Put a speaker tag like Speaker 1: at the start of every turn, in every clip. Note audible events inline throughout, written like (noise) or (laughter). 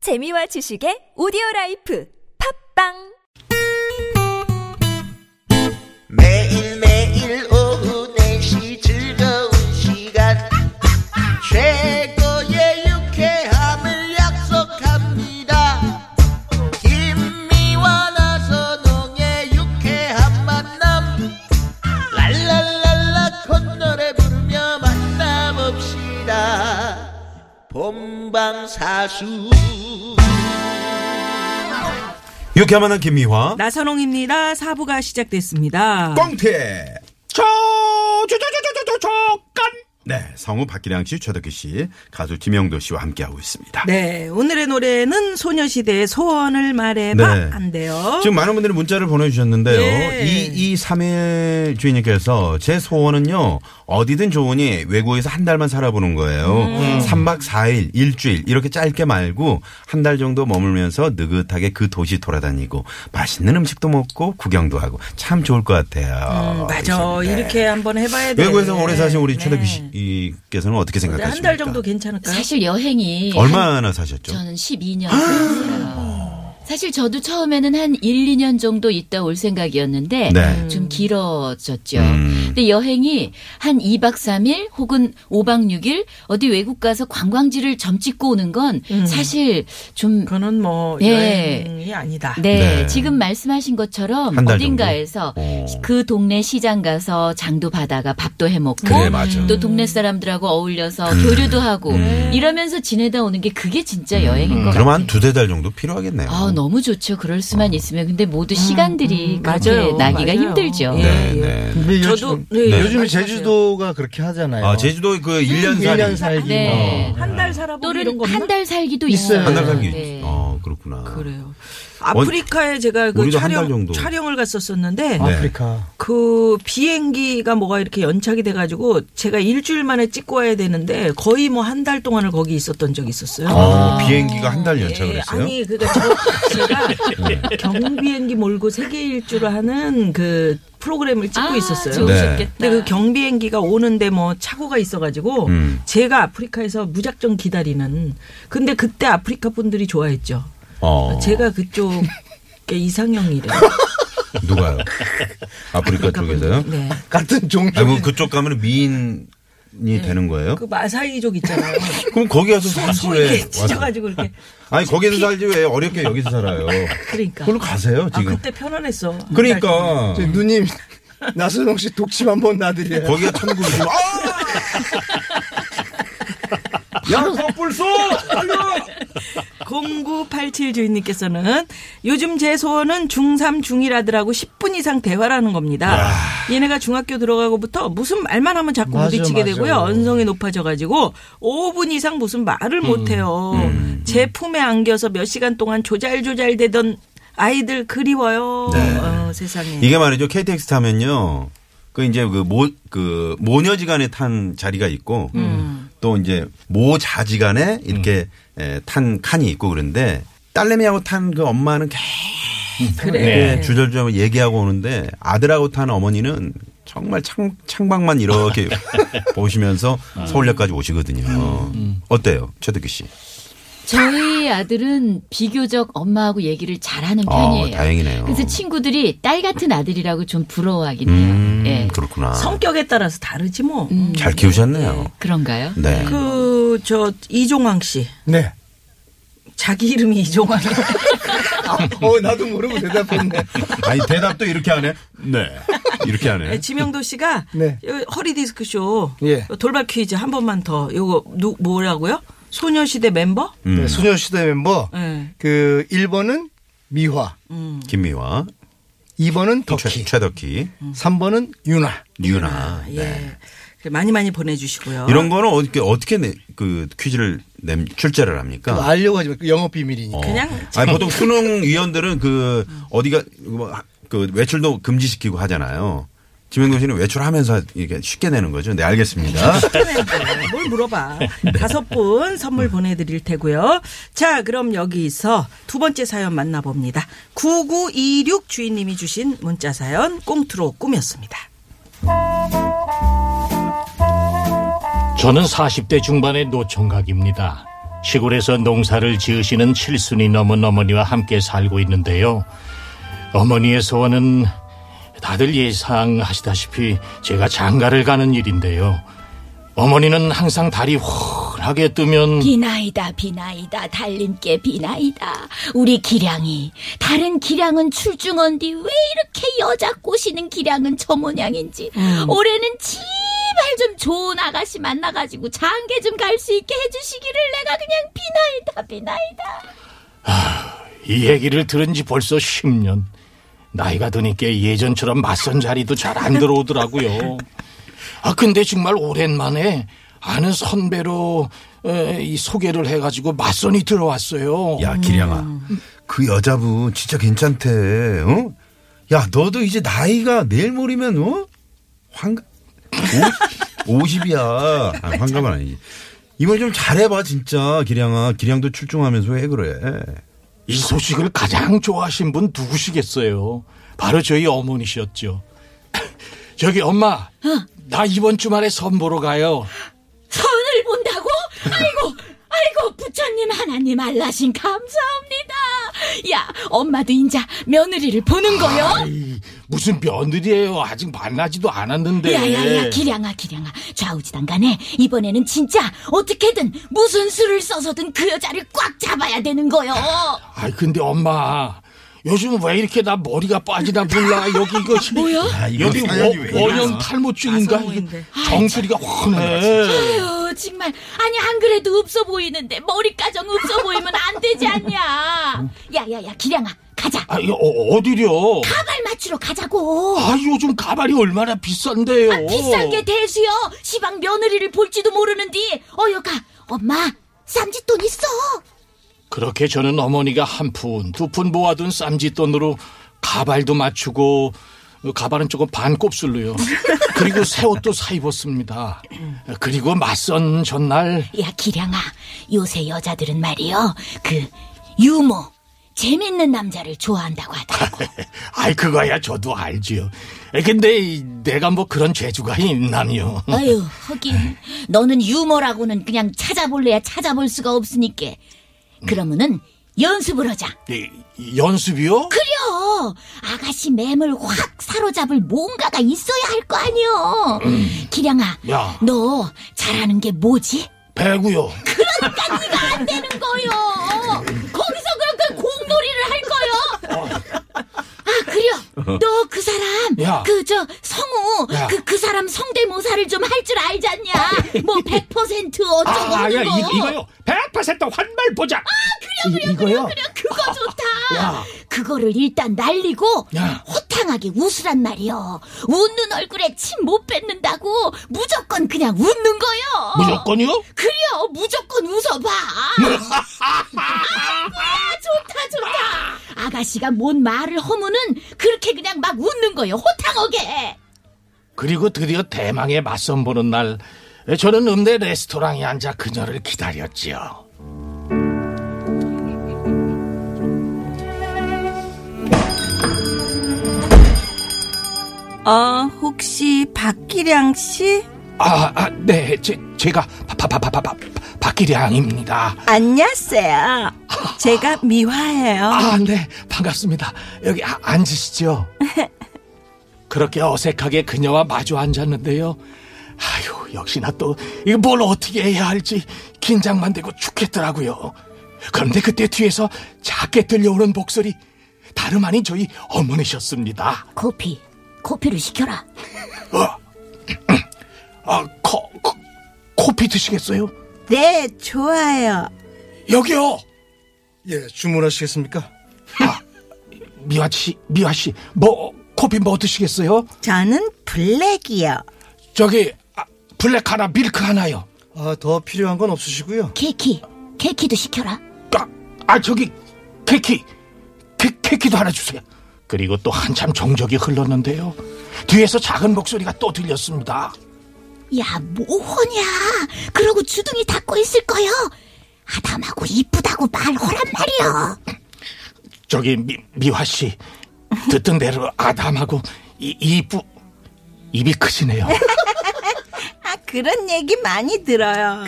Speaker 1: 재미와 지식의 오디오 라이프 팝빵
Speaker 2: 매일매일 오후 4시 즐거운 시간 최고의 유쾌함을 약속합니다 김미와 나선홍의 유쾌한 만남 랄랄랄라 콧노래 부르며 만남없시다 본방사수
Speaker 3: 유쾌한 만한 김미화.
Speaker 4: 나선홍입니다. 사부가 시작됐습니다.
Speaker 3: 꽝태. 저, 저, 저, 저, 저, 저, 저, 깐. 네, 성우 박기량 씨, 최덕기 씨, 가수 김영도 씨와 함께하고 있습니다.
Speaker 4: 네, 오늘의 노래는 소녀시대의 소원을 말해봐
Speaker 3: 네.
Speaker 4: 안 돼요.
Speaker 3: 지금 많은 분들이 문자를 보내주셨는데요.
Speaker 4: 예.
Speaker 3: 2231 주인님께서 제 소원은요, 어디든 좋으니 외국에서 한 달만 살아보는 거예요. 3박 4일, 일주일, 이렇게 짧게 말고 한 달 정도 머물면서 느긋하게 그 도시 돌아다니고 맛있는 음식도 먹고 구경도 하고 참 좋을 것 같아요. 네.
Speaker 4: 음, 맞아.
Speaker 3: 그러셨는데.
Speaker 4: 이렇게 한번 해봐야 돼.
Speaker 3: 외국에서 오래 사신 우리 최덕기
Speaker 4: 네.
Speaker 3: 씨께서는 어떻게
Speaker 4: 한
Speaker 3: 생각하십니까?
Speaker 4: 달 정도 괜찮을까요?
Speaker 5: 사실 여행이
Speaker 3: 네?
Speaker 5: 한-
Speaker 3: 얼마나 사셨죠?
Speaker 5: 저는 12년 살았어요. 사실 저도 처음에는 한 1, 2년 정도 있다 올 생각이었는데
Speaker 3: 네.
Speaker 4: 음.
Speaker 5: 좀 길어졌죠.
Speaker 3: 음.
Speaker 5: 근데 여행이 한 2박 3일 혹은 5박 6일 어디 외국 가서 관광지를 점찍고 오는 건 사실 좀
Speaker 4: 음. 그거는 뭐
Speaker 5: 네.
Speaker 4: 여행이 아니다.
Speaker 5: 네,
Speaker 3: 네.
Speaker 5: 지금 말씀하신 것처럼
Speaker 3: 한달
Speaker 5: 어딘가에서
Speaker 3: 어.
Speaker 5: 그 동네 시장 가서 장도 받아가 밥도 해 먹고
Speaker 3: 그래, 맞아.
Speaker 5: 또 동네 사람들하고 어울려서
Speaker 3: 음.
Speaker 5: 교류도 하고 이러면서 지내다 오는 게 그게 진짜 여행인
Speaker 3: 음.
Speaker 5: 것
Speaker 3: 그럼
Speaker 5: 같아요.
Speaker 3: 한 두세 달 정도 필요하겠네요.
Speaker 5: 음. 아, 너무 좋죠. 그럴 수만 있으면. 근데 모두 시간들이 그렇게
Speaker 4: 음, 맞아요.
Speaker 5: 나기가
Speaker 4: 맞아요.
Speaker 5: 힘들죠.
Speaker 4: 예.
Speaker 3: 네, 네.
Speaker 6: 근데
Speaker 4: 저도
Speaker 6: 요즘,
Speaker 4: 네,
Speaker 6: 요즘에
Speaker 4: 말씀하세요.
Speaker 6: 제주도가 그렇게 하잖아요.
Speaker 3: 아, 제주도 그
Speaker 4: 음,
Speaker 3: 1년 살이.
Speaker 6: 1년 살기.
Speaker 5: 네.
Speaker 6: 어.
Speaker 4: 한 달 살아보고 이런
Speaker 5: 또는
Speaker 4: 거
Speaker 5: 한 달 살기도
Speaker 6: 있어요.
Speaker 5: 있어요.
Speaker 3: 한 달 살기.
Speaker 5: 네.
Speaker 3: 어, 그렇구나.
Speaker 4: 그래요. 아프리카에 제가 그
Speaker 3: 어, 우리도 한달
Speaker 4: 촬영
Speaker 3: 정도.
Speaker 4: 촬영을
Speaker 3: 네.
Speaker 4: 갔었었는데
Speaker 6: 아프리카.
Speaker 4: 그 비행기가 뭐가 이렇게 연착이 돼가지고 제가 일주일 만에 찍고 와야 되는데 거의 뭐 한 달 동안을 거기 있었던 적이 있었어요.
Speaker 3: 어, 비행기가 한 달 연착을
Speaker 4: 아. 예,
Speaker 3: 했어요? 네.
Speaker 4: 아니 그니까 저
Speaker 3: (laughs)
Speaker 4: 제가 경비 비행기 몰고 세계 일주를 하는 그 프로그램을 찍고
Speaker 5: 아,
Speaker 4: 있었어요.
Speaker 3: 네.
Speaker 5: 좋으셨겠다.
Speaker 4: 근데 그 경비행기가 오는데 뭐 착오가 있어가지고
Speaker 3: 음.
Speaker 4: 제가 아프리카에서 무작정 기다리는. 근데 그때 아프리카 분들이 좋아했죠.
Speaker 3: 어.
Speaker 4: 제가 그쪽.
Speaker 3: (laughs)
Speaker 4: 게 이상형이래. (laughs)
Speaker 3: 누가요? 아프리카 쪽에서요? (laughs)
Speaker 4: 네.
Speaker 6: 같은
Speaker 3: 아니,
Speaker 6: 종족.
Speaker 3: 뭐 그쪽 가면 미인이 되는 거예요?
Speaker 4: 그 마사이족 있잖아요.
Speaker 3: 그럼 거기 가서 살지 왜?
Speaker 4: 소이게 찢어가지고 이렇게.
Speaker 3: 아니, 거기서 살지 왜 어렵게 여기서 살아요?
Speaker 4: 그러니까.
Speaker 3: 그걸로 가세요,
Speaker 4: 아,
Speaker 3: 지금.
Speaker 4: 그때 편안했어.
Speaker 3: 그러니까.
Speaker 6: 저희 네, 누님, (laughs) 나선홍 씨 독침 한번 놔드려요.
Speaker 3: 예. 거기가 천국이고. 아! (laughs) 야, 섣불소! 달려!
Speaker 4: 0987 주인님께서는 요즘 제 소원은 중3, 중1 아들하고 10분 이상 대화를 하는 겁니다. 얘네가 중학교 들어가고부터 무슨 말만 하면 자꾸
Speaker 6: 맞아,
Speaker 4: 부딪히게
Speaker 6: 맞아.
Speaker 4: 되고요. 언성이 높아져가지고 5분 이상 무슨 말을
Speaker 3: 음.
Speaker 4: 못해요. 제 품에 안겨서 몇 시간 동안 조잘조잘 되던 아이들 그리워요. 어, 세상에.
Speaker 3: 네. 이게 말이죠. KTX 타면요. 그 이제 그 모, 그 모녀지간에 탄 자리가 있고
Speaker 4: 음.
Speaker 3: 또 이제 모자지간에 이렇게 에, 탄 칸이 있고 그런데 딸내미하고 탄 그 엄마는 계속
Speaker 4: 그래.
Speaker 3: 예, 주절주절 얘기하고 오는데 아들하고 탄 어머니는 정말 창, 창밖만
Speaker 4: (laughs)
Speaker 3: 이렇게 보시면서
Speaker 4: 아.
Speaker 3: 서울역까지 오시거든요.
Speaker 4: 음.
Speaker 3: 어때요? 최덕기 씨.
Speaker 5: 저희 아들은 비교적 엄마하고 얘기를 잘하는
Speaker 3: 어,
Speaker 5: 편이에요.
Speaker 3: 다행이네요.
Speaker 5: 그래서 친구들이 딸 같은 아들이라고 좀 부러워하긴
Speaker 3: 음,
Speaker 5: 해요. 예.
Speaker 3: 그렇구나.
Speaker 4: 아. 성격에 따라서 다르지 뭐.
Speaker 6: 음.
Speaker 3: 잘 키우셨네요.
Speaker 5: 그런가요?
Speaker 3: 네.
Speaker 4: 그 저 이종황 씨
Speaker 6: 네.
Speaker 4: 자기 이름이 이종황이에요.
Speaker 6: 어, 나도 모르고 대답했네.
Speaker 3: (laughs) 아니 대답도 이렇게 하네. 네. 이렇게 하네.
Speaker 4: 네,
Speaker 3: (laughs)
Speaker 4: 지명도 씨가
Speaker 6: 네.
Speaker 4: 여기 허리 디스크 쇼
Speaker 6: 예.
Speaker 4: 돌발 퀴즈 한 번만 더 요거 누 뭐라고요? 소녀시대 멤버?
Speaker 3: 음.
Speaker 6: 네, 소녀시대 멤버.
Speaker 4: 네.
Speaker 6: 그 1번은 미화,
Speaker 4: 음.
Speaker 3: 김미화,
Speaker 6: 2번은
Speaker 3: 최,
Speaker 6: 덕희,
Speaker 3: 최덕희,
Speaker 6: 3번은 윤아.
Speaker 3: 유나. 네.
Speaker 4: 예. 그래, 많이 많이 보내주시고요. (laughs)
Speaker 3: 이런 거는 어떻게 어떻게 내, 그 퀴즈를 내, 출제를 합니까?
Speaker 6: 그거 알려고 하지 마. 그 영업 비밀이니까.
Speaker 3: 아. 어.
Speaker 4: 그냥
Speaker 3: 아니 보통 수능 위원들은 그 어디가 뭐 하- 그 외출도 금지시키고 하잖아요. 지명도 씨는 외출하면서 이게 쉽게 내는 거죠. 네
Speaker 4: (laughs)
Speaker 3: 알겠습니다.
Speaker 4: 축하드려요. 네, 뭘
Speaker 3: (laughs)
Speaker 4: 물어봐.
Speaker 3: 네.
Speaker 4: 다섯 분
Speaker 3: 음.
Speaker 4: 선물 보내드릴 테고요. 자, 그럼 여기서 두 번째 사연 만나봅니다. 9926 주인님이 주신 문자 사연 꽁트로 꾸몄습니다.
Speaker 7: 저는 40대 중반의 노총각입니다. 시골에서 농사를 지으시는 칠순이 넘은 어머니와 함께 살고 있는데요. 어머니의 소원은 다들 예상하시다시피 제가 장가를 가는 일인데요. 어머니는 항상 달이 훤하게 뜨면
Speaker 5: 비나이다 비나이다 달림께 비나이다 우리 기량이 다른 기량은 출중한디 왜 이렇게 여자 꼬시는 기량은 저 모양인지 올해는 제발 좀 좋은 아가씨 만나가지고 장계 좀 갈 수 있게 해주시기를 내가 그냥 비나이다 비나이다
Speaker 7: 이 얘기를 들은 지 벌써 10년. 나이가 드니까 예전처럼 맞선 자리도 잘 안 들어오더라고요. 아, 근데 정말 오랜만에 아는 선배로 에, 이 소개를 해가지고 맞선이 들어왔어요.
Speaker 3: 야, 기량아. 그 여자분 진짜 괜찮대. 어? 야, 너도 이제 나이가 내일 모레면 어? 환가 50, 이야 아, 환갑은 아니지. 이번 좀 잘해봐 진짜 기량아 기량도 출중하면서 왜 그래?
Speaker 7: 이 소식을 가장 좋아하신 분 누구시겠어요? 바로 저희 어머니셨죠. (laughs) 저기 엄마,
Speaker 5: 어?
Speaker 7: 나 이번 주말에 선 보러 가요.
Speaker 5: 선을 본다고? 아이고, 아이고, 부처님 하나님 알라신 감사합니다. 야, 엄마도 인자 며느리를 보는 거요?
Speaker 7: 아이, 무슨 며느리예요. 아직 만나지도 않았는데.
Speaker 5: 야야야, 기량아, 기량아. 좌우지단 간에 이번에는 진짜 어떻게든 무슨 수를 써서든 그 여자를 꽉 잡아야 되는 거요.
Speaker 7: 아이 근데 엄마 요즘 왜 이렇게 나 머리가 빠지나 몰라 여기 이거 뭐야?
Speaker 6: 아, 이거
Speaker 7: 여기
Speaker 6: 사연이 왜 이래?
Speaker 7: 원, 형 탈모증인가?
Speaker 4: 나성호인데.
Speaker 7: 정수리가 훤해.
Speaker 5: 아유, 정말. 아니, 안 그래도 없어 보이는데 머리까정 없어 보이면 안 되지 않냐. 야야야, 기량아, 가자.
Speaker 7: 아 이거 어, 어디려?
Speaker 5: 가발 맞추러 가자고. 아,
Speaker 7: 아 요즘 가발이 얼마나 비싼데요?
Speaker 5: 비싼 게 대수요. 시방 며느리를 볼지도 모르는디. 어여가 엄마 쌈짓돈 있어.
Speaker 7: 그렇게 저는 어머니가 한 푼, 두 푼 모아둔 쌈짓돈으로 가발도 맞추고, 어, 가발은 조금 반곱슬로요. 그리고 새 옷도 사 입었습니다. 그리고 맞선 전날,
Speaker 5: 야 기량아 요새 여자들은 말이요 그 유머 재밌는 남자를 좋아한다고 하더라고.
Speaker 7: 아이 그거야 저도 알지요. 에, 근데 이- 내가 뭐 그런 재주가 있나니요.
Speaker 5: 아유 하긴 너는 유머라고는 그냥 찾아볼래야 찾아볼 수가 없으니까. 그러면은 연습을 하자.
Speaker 7: 이- 이 연습이요?
Speaker 5: 그려 아가씨 맴을 확 사로잡을 뭔가가 있어야 할 거 아니여. 기량아
Speaker 7: 야.
Speaker 5: 너 잘하는 게 뭐지?
Speaker 7: 배구요.
Speaker 5: 그러니까 네가 안 되는 거요. 거기서 그렇게 공놀이를 할 거요. 아 그래. 너 그
Speaker 7: 어. 야.
Speaker 5: 사람 그 저 성우 그
Speaker 7: 야.
Speaker 5: 그 사람 성대모사를 좀 할 줄 알잖냐. 뭐 100% 어쩌고
Speaker 7: 아,
Speaker 5: 하는
Speaker 7: 야,
Speaker 5: 거.
Speaker 7: 이, 이거요. 100% 환말 보자. 이, 이거요?
Speaker 5: 그래 그거 좋다.
Speaker 7: 야.
Speaker 5: 그거를 일단 날리고
Speaker 7: 야.
Speaker 5: 호탕하게 웃으란 말이요. 웃는 얼굴에 침 못 뱉는다고 무조건 그냥 웃는 거요.
Speaker 7: 무조건이요?
Speaker 5: 그래요 무조건 웃어봐 아, 좋다 좋다 아가씨가 뭔 말을 허무는 그렇게 그냥 막 웃는 거요 호탕하게
Speaker 7: 그리고 드디어 대망의 맞선 보는 날 저는 읍내 레스토랑에 앉아 그녀를 기다렸지요.
Speaker 4: 어, 혹시 박기량 씨?
Speaker 7: 아, 아, 네, 제, 제가 바바바바바 박기량입니다.
Speaker 3: (laughs)
Speaker 4: 안녕하세요. 제가 미화예요.
Speaker 7: 아, 네, 반갑습니다. 여기 아- 앉으시죠. 그렇게 어색하게 그녀와 마주 앉았는데요. 아유, 역시나 또, 이거 뭘 어떻게 해야 할지 긴장만 되고 죽겠더라고요. 그런데 그때 뒤에서 작게 들려오는 목소리, 다름 아닌 저희 어머니셨습니다.
Speaker 5: 커피 커피를 시켜라
Speaker 7: 아, 코, 코, 코피 드시겠어요?
Speaker 4: 네, 좋아요.
Speaker 7: 여기요!
Speaker 6: 예, 주문하시겠습니까?
Speaker 7: 미화 씨, 미화 씨, 뭐, 코피 뭐 드시겠어요?
Speaker 4: 저는 블랙이요.
Speaker 7: 저기, 아, 블랙 하나, 밀크 하나요.
Speaker 6: 아, 더 필요한 건 없으시고요.
Speaker 5: 케이키 케이키도 시켜라
Speaker 7: 아, 아 저기 케키 케, 케키도 하나 주세요 그리고 또 한참 정적이 흘렀는데요 뒤에서 작은 목소리가 또 들렸습니다
Speaker 5: 야 뭐하냐 그러고 주둥이 닫고 있을 거요 아담하고 이쁘다고 말하란 말이요
Speaker 7: 저기 미, 미화씨 듣던 대로 아담하고 이, 이쁘 입이 크시네요
Speaker 4: 아,
Speaker 8: 그런 얘기 많이 들어요.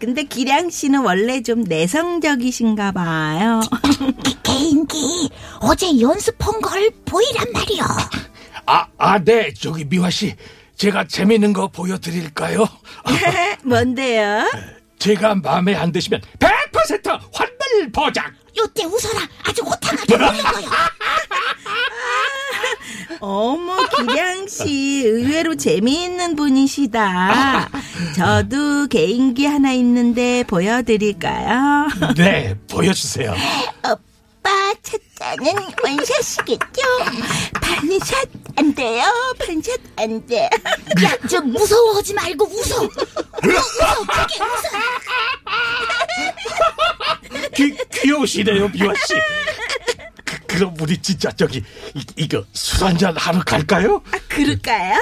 Speaker 8: 근데 기량 씨는 원래 좀 내성적이신가 봐요. (laughs)
Speaker 5: 개인기 어제 연습한 걸 보이란 말이요.
Speaker 7: 아, 아, 네. 저기 미화 씨. 제가 재밌는 거 보여드릴까요?
Speaker 8: 뭔데요?
Speaker 7: 제가 마음에 안 드시면 100% 환불 보장!
Speaker 5: 요때 웃어라 아주 호탕하게 웃는 거요.
Speaker 8: 어머, 기량 씨 의외로 재미있는 분이시다. 저도 개인기 하나 있는데 보여드릴까요?
Speaker 7: 네, 보여주세요.
Speaker 8: 오빠 찾자는 원샷이겠죠? 반샷 안 돼요. 반샷 안 돼.
Speaker 5: 야저 무서워하지 말고 웃어. 웃어 크게 웃어.
Speaker 7: 귀, 귀여우시네요, 미화 씨. 그, 그럼 우리 진짜 저기, 이, 이거 술 한잔 하러 갈까요?
Speaker 8: 아, 그럴까요?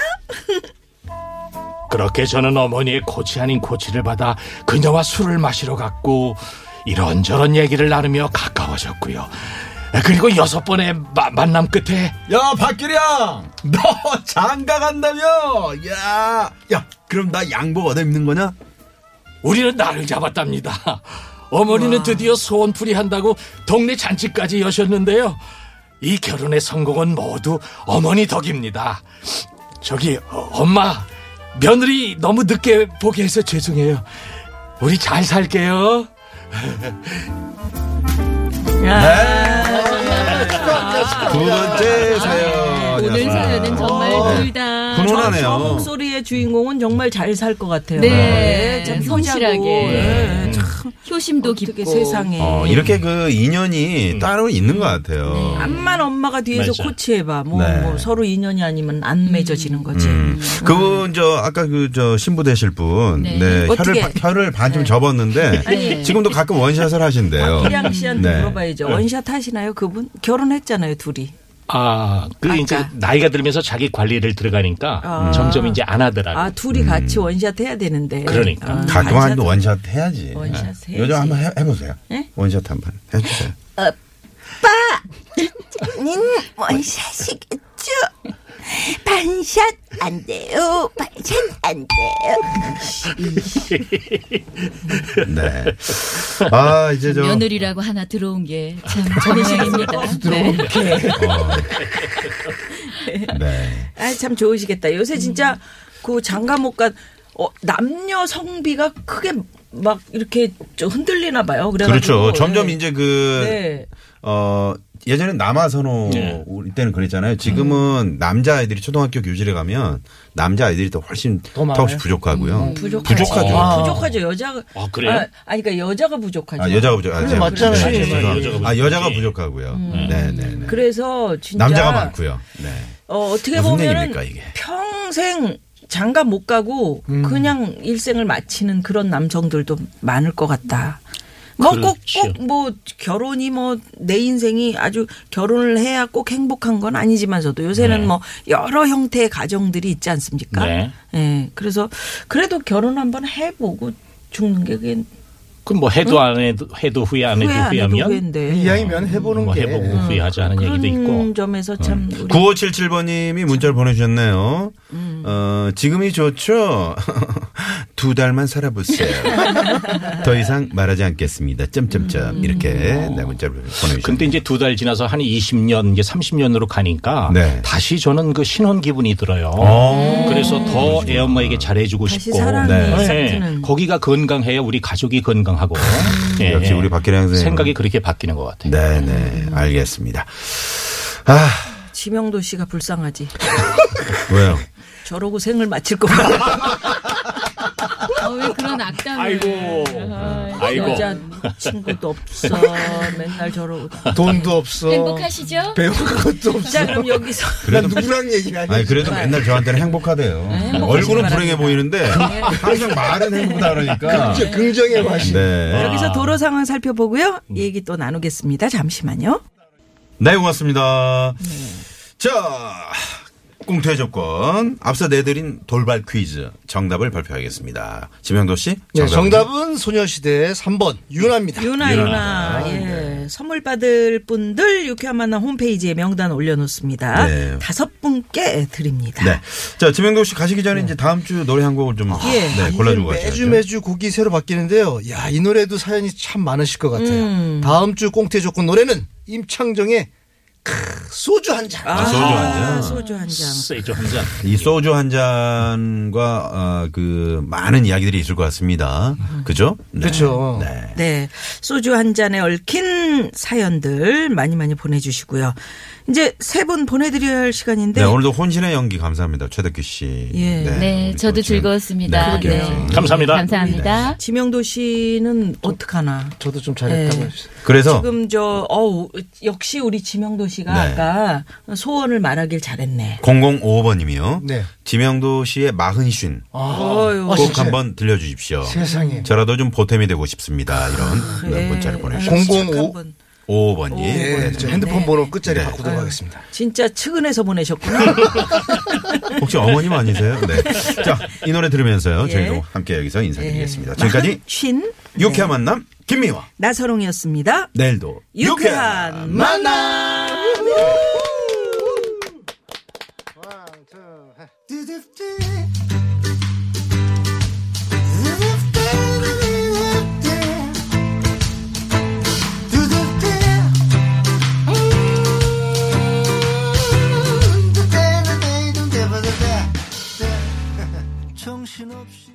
Speaker 7: 그렇게 저는 어머니의 코치 아닌 코치를 받아 그녀와 술을 마시러 갔고 이런저런 얘기를 나누며 가까워졌고요. 그리고 여섯 번의 마- 만남 끝에
Speaker 9: 야, 박규량! 너 장가 간다며! 야! 야, 그럼 나 양복 얻어 입는 거냐?
Speaker 7: 우리는 날을 잡았답니다. 어머니는 드디어 소원풀이 한다고 동네 잔치까지 여셨는데요. 이 결혼의 성공은 모두 어머니 덕입니다. 저기 어, 엄마 며느리 너무 늦게 보게 해서 죄송해요. 우리 잘 살게요.
Speaker 3: 두 번째
Speaker 5: 아, 네.
Speaker 3: 사연.
Speaker 10: 오늘 사연은 정말 둘다
Speaker 4: 저
Speaker 3: 분노하네요.
Speaker 4: 목소리의 주인공은 정말 잘 살 것 같아요.
Speaker 10: 네,
Speaker 4: 참
Speaker 10: 성실하게. 네.
Speaker 4: 효자고, 예, 참
Speaker 10: 효심도
Speaker 4: 어떻게
Speaker 10: 깊고
Speaker 4: 세상에.
Speaker 3: 어, 이렇게 그
Speaker 9: 음.
Speaker 3: 인연이 따로 있는 것 같아요.
Speaker 4: 암만 엄마가 뒤에서
Speaker 7: 맞아.
Speaker 4: 코치해봐. 뭐,
Speaker 3: 네.
Speaker 4: 뭐 서로 인연이 아니면 안 맺어지는 거지.
Speaker 3: 음. 그분 저 아까 그 저 신부 되실 분, 네,
Speaker 10: 네.
Speaker 3: 혀를
Speaker 4: 어떻게?
Speaker 3: 바- 혀를 반쯤
Speaker 8: (laughs)
Speaker 3: 접었는데
Speaker 10: 네.
Speaker 3: 지금도 가끔 원샷을
Speaker 8: 아,
Speaker 3: 하신대요.
Speaker 4: 기량 씨한테
Speaker 3: 네.
Speaker 4: 물어봐야죠. 원샷 하시나요, 그분? 결혼했잖아요, 둘이.
Speaker 7: 아, 그 이제 나이가 들면서 자기 관리를 들어가니까
Speaker 4: 아.
Speaker 7: 점점 이제 안 하더라고.
Speaker 4: 아, 둘이 같이 원샷 해야 되는데.
Speaker 7: 그러니까.
Speaker 4: 아,
Speaker 3: 음. 가끔 한
Speaker 4: 원샷.
Speaker 3: 원샷 해야지. 네.
Speaker 4: 원샷 해야지.
Speaker 3: 요즘 한번 해, 보세요
Speaker 4: 네?
Speaker 3: 원샷 한번 해주세요.
Speaker 8: 어, 는 원샷이겠죠? 반샷 안 돼요. 반샷 안 돼요.
Speaker 3: 네. 아 이제 저
Speaker 10: 며느리라고 하나 들어온 게 참 정신입니다. 네.
Speaker 3: 어.
Speaker 8: (laughs)
Speaker 3: 네.
Speaker 4: 아, 참 좋으시겠다.
Speaker 10: 음.
Speaker 4: 요새 진짜 그 장가 못 간, 어, 남녀 성비가 크게 막 이렇게 좀 흔들리나 봐요. 그래가지고.
Speaker 3: 그렇죠. 점점
Speaker 4: 예.
Speaker 3: 이제 그
Speaker 4: 네.
Speaker 3: 어, 예전에 남아선호
Speaker 7: 네.
Speaker 3: 우리 때는 그랬잖아요. 지금은 남자 아이들이 초등학교 교실에 가면 남자 아이들이 더 훨씬
Speaker 7: 더 많아요?
Speaker 3: 더없이 부족하고요.
Speaker 4: 부족하죠.
Speaker 3: 부족하죠.
Speaker 4: 아, 부족하죠. 여자가.
Speaker 7: 아, 그래요?
Speaker 4: 아, 아니, 그러니까 여자가 부족하죠.
Speaker 3: 아, 여자가 부족. 아,
Speaker 6: 그래,
Speaker 3: 제가-
Speaker 6: 맞잖아요.
Speaker 3: 네,
Speaker 6: 그래,
Speaker 3: 죄송합니다.
Speaker 7: 맞아요.
Speaker 3: 아, 여자가 부족하고요. 네, 네, 네.
Speaker 4: 그래서 진짜.
Speaker 3: 남자가 많고요. 네.
Speaker 4: 어, 어떻게
Speaker 3: 무슨
Speaker 4: 보면은
Speaker 3: 얘기입니까, 이게? 음.
Speaker 4: 평생 장가 못 가고 그냥 일생을 마치는 그런 남성들도 많을 것 같다. 뭐 꼭 꼭 뭐
Speaker 7: 그렇죠.
Speaker 4: 결혼이 뭐 내 인생이 아주 결혼을 해야 꼭 행복한 건 아니지만서도 요새는 뭐 여러 형태의 가정들이 있지 않습니까?
Speaker 7: 네.
Speaker 4: 예, 그래서 그래도 결혼 한번 해보고 죽는 게 그게
Speaker 7: 그럼 뭐 해도 안 해도 해도 후회 안 해도
Speaker 4: 후회 안 해도
Speaker 7: 후회하면
Speaker 4: 후회인데
Speaker 6: 이왕이면 음, 해보는
Speaker 7: 뭐
Speaker 6: 게.
Speaker 7: 해보고 후회하지 않은 얘기도 있고.
Speaker 4: 그런 점에서 참 우리
Speaker 3: 9577번님이 문자를 보내주셨네요. 어, 지금이 좋죠? (laughs) 두 달만 살아보세요. 더 이상 말하지 않겠습니다. 점점점. 이렇게 네, 문자를 보내주셨네요.
Speaker 7: 음. 근데 이제 두 달 지나서 한 20년 이제 30년으로 가니까
Speaker 3: 네.
Speaker 7: 다시 저는 그 신혼 기분이 들어요.
Speaker 3: 어.
Speaker 7: 그래서 더 애엄마에게 잘해주고
Speaker 4: 다시
Speaker 7: 싶고
Speaker 4: 사랑이 싹트는.
Speaker 7: 거기가 건강해야 우리 가족이 건강하고 예,
Speaker 3: 역시 우리 박기량 선생님은-
Speaker 7: 생각이 그렇게 바뀌는 것 같아요.
Speaker 3: 네네. 알겠습니다. 아,
Speaker 4: 지명도 씨가 불쌍하지.
Speaker 3: 왜요?
Speaker 4: 저러고 생을 마칠 것 같아.
Speaker 10: 아, 왜 그런 악담을.
Speaker 7: 아이고. 아이고.
Speaker 4: 여자 친구도 없어. 맨날 저러고.
Speaker 6: 돈도 없어.
Speaker 10: 행복하시죠?
Speaker 6: 배운 것도 없어.
Speaker 4: 자, 그럼 여기서.
Speaker 6: 나 누구랑 얘기하냐.
Speaker 3: 아니 그래도 맨날 저한테는 네. 행복하대요. 얼굴은 불행해 보이는데 항상 말은 행복하다 네. 그러니까.
Speaker 6: 긍정- 긍정의 맛이.
Speaker 3: 네.
Speaker 4: 여기서 도로 상황 살펴보고요. 얘기 또 나누겠습니다. 잠시만요.
Speaker 3: 네, 고맙습니다. 자, 꽁투의 조건. 앞서 내드린 돌발 퀴즈 정답을 발표하겠습니다. 지명도 씨?
Speaker 6: 예, 네, 정답은 소녀시대 3번 유나입니다.
Speaker 4: 유나, 유나. 예. 네, 선물 받을 분들 유쾌한 만남 홈페이지에 명단 올려놓습니다.
Speaker 3: 네.
Speaker 4: 다섯 분께 드립니다.
Speaker 3: 네. 자, 지명국 씨 가시기 전에 이제 다음 주 노래 한 곡을 좀
Speaker 4: 예.
Speaker 3: 네, 골라주고 가셔야
Speaker 6: 아, 매주
Speaker 3: 돼요.
Speaker 6: 매주 곡이 새로 바뀌는데요. 야, 이 노래도 사연이 참 많으실 것 같아요. 다음 주 꽁태 조건 노래는 임창정의 크, 소주 한 잔.
Speaker 3: 아, 소주 한 잔.
Speaker 4: 소주 한 잔.
Speaker 11: 세이저 한 잔.
Speaker 3: 이 소주 한 잔과 아, 그 많은 이야기들이 있을 것 같습니다. 그죠? 네.
Speaker 6: 그렇죠.
Speaker 3: 네.
Speaker 4: 네. 소주 한 잔에 얽힌 사연들 많이 많이 보내주시고요. 이제 세 분 보내드려야 할 시간인데.
Speaker 3: 네, 오늘도 혼신의 연기 감사합니다. 최덕규 씨.
Speaker 4: 예.
Speaker 10: 네,
Speaker 3: 우리
Speaker 10: 저도
Speaker 3: 또 지금-
Speaker 10: 즐거웠습니다.
Speaker 3: 네, 그러게요.
Speaker 11: 감사합니다.
Speaker 10: 감사합니다.
Speaker 4: 지명도 씨는 어떡하나.
Speaker 6: 저도 좀 잘했다고
Speaker 4: 네.
Speaker 6: 해주세요.
Speaker 3: 그래서
Speaker 4: 지금 저, 어우, 역시 우리 지명도 씨가
Speaker 3: 네.
Speaker 4: 아까 소원을 말하길 잘했네.
Speaker 3: 005번님이요.
Speaker 6: 네.
Speaker 3: 지명도 씨의 마흔쉰
Speaker 4: 어유
Speaker 6: 어,
Speaker 3: 꼭
Speaker 6: 진짜.
Speaker 3: 한번 들려주십시오.
Speaker 6: 세상에.
Speaker 3: 저라도 좀 보탬이 되고 싶습니다. 이런 네, 문자를 네. 보내주셨어요.
Speaker 6: 005.
Speaker 3: 5번이.
Speaker 6: 예, 저 핸드폰 번호 끝자리
Speaker 3: 네.
Speaker 6: 바꾸도록 하겠습니다.
Speaker 4: 진짜 측은해서
Speaker 3: (laughs)
Speaker 4: 보내셨구나.
Speaker 3: 혹시 어머님 아니세요?
Speaker 6: (laughs)
Speaker 3: 네. 자, 이 노래
Speaker 6: 예.
Speaker 3: 들으면서요. 저희도 함께 여기서 인사드리겠습니다. 예,
Speaker 6: (laughs)
Speaker 3: 지금까지
Speaker 4: 쉰.
Speaker 3: 유쾌한 만남 김미화.
Speaker 4: 나서롱이었습니다.
Speaker 3: 내일도
Speaker 4: 유쾌한
Speaker 2: (laughs) 정신없이